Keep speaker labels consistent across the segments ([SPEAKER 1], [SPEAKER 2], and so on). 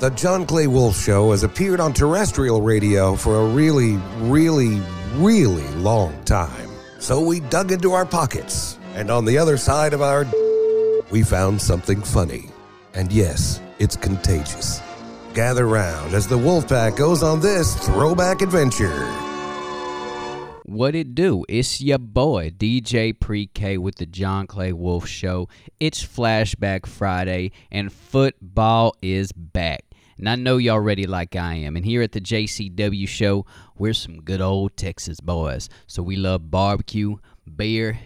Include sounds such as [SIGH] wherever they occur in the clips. [SPEAKER 1] The John Clay Wolf Show has appeared on terrestrial radio for a really, really, really long time. So we dug into our pockets, and on the other side of our [LAUGHS] we found something funny. And yes, it's contagious. Gather round as the Wolf Pack goes on this throwback adventure.
[SPEAKER 2] What it do? It's your boy DJ Pre K with the John Clay Wolf Show. It's Flashback Friday, and football is back. And I know y'all ready like I am. And here at the JCW Show, we're some good old Texas boys. So we love barbecue, beer,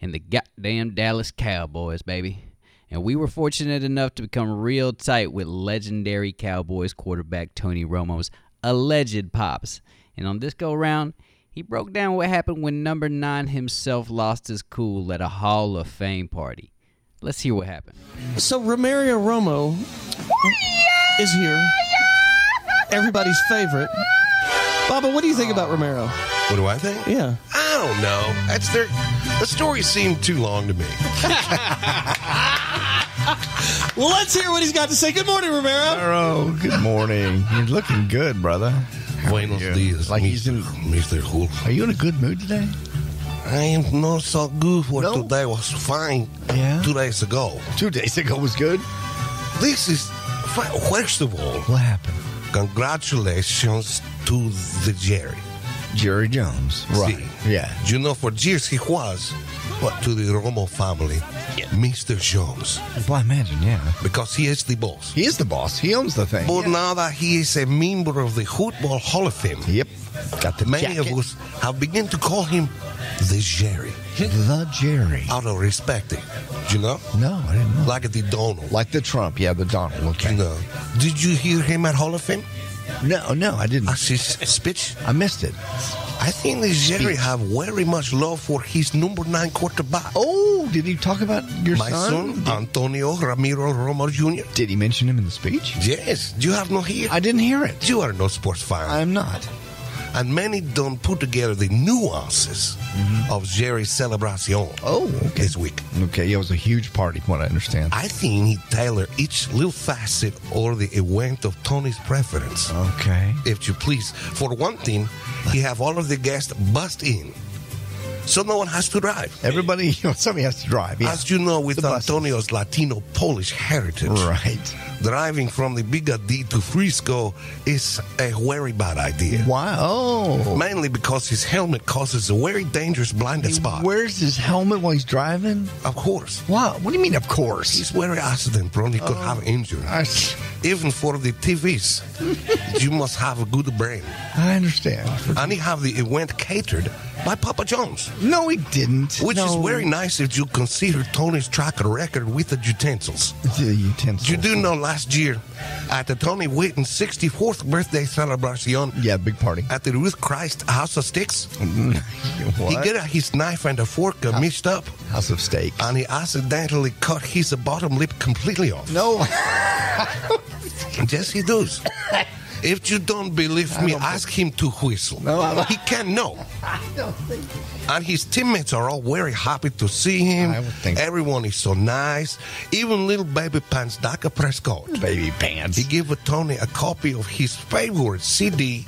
[SPEAKER 2] and the goddamn Dallas Cowboys, baby. And we were fortunate enough to become real tight with legendary Cowboys quarterback Tony Romo's alleged pops. And on this go round, he broke down what happened when number nine himself lost his cool at a Hall of Fame party. Let's hear what happened.
[SPEAKER 3] So Romario Romo is here. Everybody's favorite. Baba, what do you think about Romero?
[SPEAKER 4] What do I think?
[SPEAKER 3] Yeah.
[SPEAKER 4] I don't know. That's their. The story seemed too long to me.
[SPEAKER 3] Well, let's hear what he's got to say. Good morning, Romero.
[SPEAKER 5] Romero, Oh, good morning. You're looking good, brother.
[SPEAKER 4] Buenos
[SPEAKER 5] Yeah.
[SPEAKER 4] dias,
[SPEAKER 5] Like he's in-
[SPEAKER 4] Mr. Hulk.
[SPEAKER 5] Are you in a good mood today?
[SPEAKER 4] I am not so good for
[SPEAKER 5] No?
[SPEAKER 4] today. Was fine
[SPEAKER 5] Yeah?
[SPEAKER 4] two days ago.
[SPEAKER 5] Two days ago was good.
[SPEAKER 4] This is fi- first of all,
[SPEAKER 5] What happened?
[SPEAKER 4] congratulations to the Jerry.
[SPEAKER 5] Jerry Jones. Right.
[SPEAKER 4] See,
[SPEAKER 5] Yeah.
[SPEAKER 4] You know, for years he was, but to the Romo family, Mr. Jones,
[SPEAKER 5] Well, I imagine, yeah.
[SPEAKER 4] because he is the boss.
[SPEAKER 5] He is the boss. He owns the thing.
[SPEAKER 4] But now that he is a member of the Football Hall of Fame,
[SPEAKER 5] Yep. Got the
[SPEAKER 4] many
[SPEAKER 5] jacket.
[SPEAKER 4] of us have begun to call him the Jerry,
[SPEAKER 5] The Jerry.
[SPEAKER 4] out of respect, you know,
[SPEAKER 5] No, I didn't know. Like,
[SPEAKER 4] like the Donald.
[SPEAKER 5] the Trump. Yeah, the Donald.
[SPEAKER 4] you
[SPEAKER 5] Okay.
[SPEAKER 4] know. Did you hear him at Hall of Fame?
[SPEAKER 5] No, no, I didn't.
[SPEAKER 4] As his speech,
[SPEAKER 5] I missed it.
[SPEAKER 4] I think the Jerry have very much love for his number nine quarterback.
[SPEAKER 5] Oh, did he talk about your
[SPEAKER 4] my son,
[SPEAKER 5] Did,
[SPEAKER 4] Antonio Ramiro Romo Jr.
[SPEAKER 5] did he mention him in the speech?
[SPEAKER 4] Yes, you have no here.
[SPEAKER 5] I didn't hear it.
[SPEAKER 4] you are no sports fan.
[SPEAKER 5] I'm not.
[SPEAKER 4] and many don't put together the nuances
[SPEAKER 5] Mm-hmm.
[SPEAKER 4] of Jerry's celebration
[SPEAKER 5] Oh, okay.
[SPEAKER 4] this week.
[SPEAKER 5] Okay, yeah, it was a huge party, from what I understand.
[SPEAKER 4] I think he tailored each little facet or the event of Tony's preference.
[SPEAKER 5] Okay.
[SPEAKER 4] If you please, for one thing, he have all of the guests bust in, so no one has to drive.
[SPEAKER 5] Everybody, [LAUGHS] you know, somebody has to drive. Yeah.
[SPEAKER 4] As you know, with
[SPEAKER 5] The buses.
[SPEAKER 4] Antonio's Latino Polish heritage,
[SPEAKER 5] Right.
[SPEAKER 4] driving from the Bigadi to Frisco is a very bad idea.
[SPEAKER 5] Why? Oh.
[SPEAKER 4] Mainly because his helmet causes a very dangerous blinded spot.
[SPEAKER 5] Where's his helmet while he's driving?
[SPEAKER 4] Of course.
[SPEAKER 5] Wow. What do you mean, of course?
[SPEAKER 4] It's very accident prone. He could have injury.
[SPEAKER 5] Oh. I, s-
[SPEAKER 4] Even for
[SPEAKER 5] [LAUGHS]
[SPEAKER 4] the TVs, you must have a good brain.
[SPEAKER 5] I understand.
[SPEAKER 4] And he have the event catered by Papa John's,
[SPEAKER 5] No, he didn't.
[SPEAKER 4] which
[SPEAKER 5] No.
[SPEAKER 4] is very nice if you consider Tony's track record with the utensils.
[SPEAKER 5] The utensil.
[SPEAKER 4] You do know last year, at the Tony Whitten 64th birthday celebration
[SPEAKER 5] Yeah, big party.
[SPEAKER 4] at the Ruth Christ House of Sticks, he
[SPEAKER 5] [LAUGHS] what?
[SPEAKER 4] get out his knife and a fork uh, mixed up,
[SPEAKER 5] House of Steak.
[SPEAKER 4] and he accidentally cut his bottom lip completely off.
[SPEAKER 5] no.
[SPEAKER 4] Yes, he
[SPEAKER 5] [LAUGHS]
[SPEAKER 4] does. If you don't believe me, ask him to whistle.
[SPEAKER 5] No, I-
[SPEAKER 4] he
[SPEAKER 5] [LAUGHS]
[SPEAKER 4] can know.
[SPEAKER 5] don't
[SPEAKER 4] And his teammates are all very happy to see him.
[SPEAKER 5] I would think-
[SPEAKER 4] Everyone is so nice. Even little baby pants Daka Prescott.
[SPEAKER 5] [LAUGHS] Baby pants.
[SPEAKER 4] He gave Tony a copy of his favorite CD,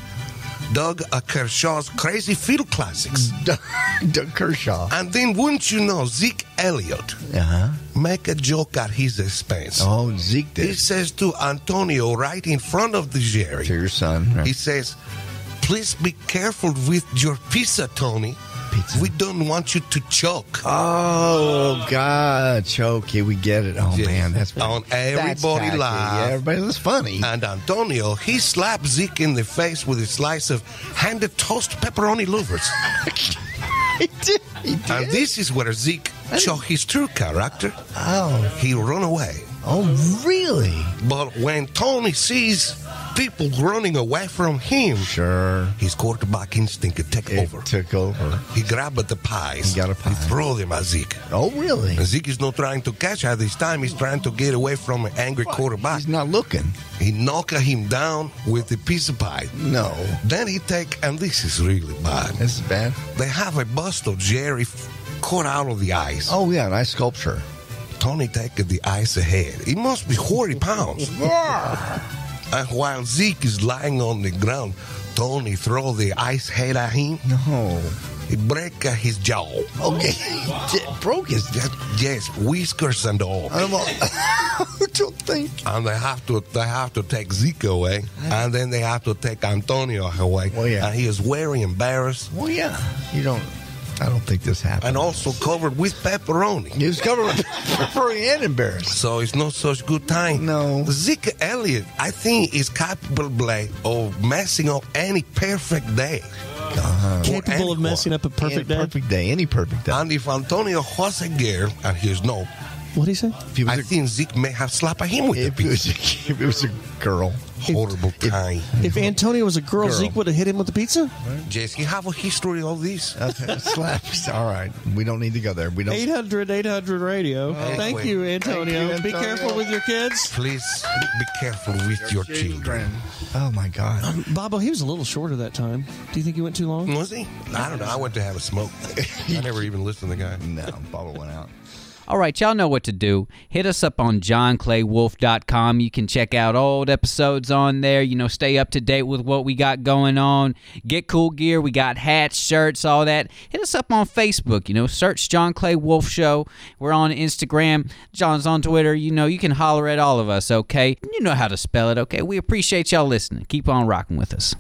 [SPEAKER 4] Doug Kershaw's Crazy Field Classics.
[SPEAKER 5] [LAUGHS] Doug Kershaw.
[SPEAKER 4] And then, wouldn't you know, Zeke Elliott
[SPEAKER 5] Uh huh.
[SPEAKER 4] make a joke at his expense.
[SPEAKER 5] Oh, Zeke
[SPEAKER 4] He
[SPEAKER 5] did.
[SPEAKER 4] says to Antonio right in front of the Jerry.
[SPEAKER 5] To your son. right?
[SPEAKER 4] He says, "Please be careful with your pizza, Tony.
[SPEAKER 5] Pizza.
[SPEAKER 4] We don't want you to choke."
[SPEAKER 5] Oh God, okay, we get it. Oh
[SPEAKER 4] Yes.
[SPEAKER 5] man, that's
[SPEAKER 4] On everybody
[SPEAKER 5] tacky.
[SPEAKER 4] live.
[SPEAKER 5] Yeah, everybody, that's funny.
[SPEAKER 4] And Antonio, he slapped Zeke in the face with a slice of handed toast pepperoni lovers.
[SPEAKER 5] he did. He did.
[SPEAKER 4] and this is where Zeke showed his true character.
[SPEAKER 5] oh,
[SPEAKER 4] He run away.
[SPEAKER 5] oh, really?
[SPEAKER 4] But when Tony sees people running away from him,
[SPEAKER 5] Sure.
[SPEAKER 4] his quarterback instinct could take
[SPEAKER 5] It
[SPEAKER 4] over.
[SPEAKER 5] took over.
[SPEAKER 4] he grabbed the pies.
[SPEAKER 5] He got a pie.
[SPEAKER 4] threw them at Zeke.
[SPEAKER 5] Oh, really?
[SPEAKER 4] Zeke is not trying to catch her this time. He's trying to get away from an angry quarterback.
[SPEAKER 5] He's not looking.
[SPEAKER 4] He knocked him down with a piece of pie.
[SPEAKER 5] No,
[SPEAKER 4] Then he take, and this is really bad.
[SPEAKER 5] this is bad.
[SPEAKER 4] They have a bust of Jerry f- cut out of the ice.
[SPEAKER 5] Oh yeah, nice sculpture. [LAUGHS]
[SPEAKER 4] Tony take the ice ahead. It must be 40 pounds. And while Zeke is lying on the ground, Tony throw the ice head at him.
[SPEAKER 5] No.
[SPEAKER 4] He break uh, his jaw.
[SPEAKER 5] Okay. [LAUGHS] It broke his.
[SPEAKER 4] Yes, yes, whiskers and all.
[SPEAKER 5] I'm all- I [LAUGHS] don't think.
[SPEAKER 4] and they have to they have to take Zeke away, and then they have to take Antonio away.
[SPEAKER 5] Well, Oh, yeah.
[SPEAKER 4] And he is very embarrassed,
[SPEAKER 5] Well, yeah. You don't. I don't think this happened.
[SPEAKER 4] and also covered with pepperoni.
[SPEAKER 5] He was covered [LAUGHS] with pepperoni and embarrassed.
[SPEAKER 4] So it's not such good time.
[SPEAKER 5] No.
[SPEAKER 4] Zeke Elliott, I think, is capable of messing up any perfect day. Or
[SPEAKER 3] Capable of
[SPEAKER 4] any-
[SPEAKER 3] messing up a perfect
[SPEAKER 5] Any
[SPEAKER 3] day.
[SPEAKER 5] Perfect day. Any perfect day.
[SPEAKER 4] And if Antonio was a girl, and he's no,
[SPEAKER 3] What do you say?
[SPEAKER 5] If he was
[SPEAKER 4] I
[SPEAKER 5] a-
[SPEAKER 4] think Zeke may have slapped him with a
[SPEAKER 5] if it was a, if it was a girl.
[SPEAKER 4] horrible time.
[SPEAKER 3] If Antonio was a girl,
[SPEAKER 5] Girl.
[SPEAKER 3] Zeke would have hit him with the pizza.
[SPEAKER 4] Yes, he have a history of this.
[SPEAKER 5] Okay, [LAUGHS] slaps. All right. We don't need to go there. We don't.
[SPEAKER 3] 800 800 radio. Oh, Thank
[SPEAKER 4] wait.
[SPEAKER 3] you, Antonio.
[SPEAKER 5] Thank you,
[SPEAKER 3] Be
[SPEAKER 5] Antonio.
[SPEAKER 3] careful with your kids.
[SPEAKER 4] Please be careful with your children.
[SPEAKER 5] Oh my God. [LAUGHS]
[SPEAKER 3] Bobo, he was a little shorter that time. Do you think he went too long?
[SPEAKER 4] Was he? I don't know. I went to have a smoke. I never even listened to the guy.
[SPEAKER 5] No, Bubba went out.
[SPEAKER 2] All right, y'all know what to do. Hit us up on johnclaywolf.com. You can check out old episodes on there. You know, stay up to date with what we got going on. Get cool gear. We got hats, shirts, all that. Hit us up on Facebook. You know, search John Clay Wolf Show. We're on Instagram. John's on Twitter. You know, you can holler at all of us, okay? You know how to spell it, okay? We appreciate y'all listening. Keep on rocking with us.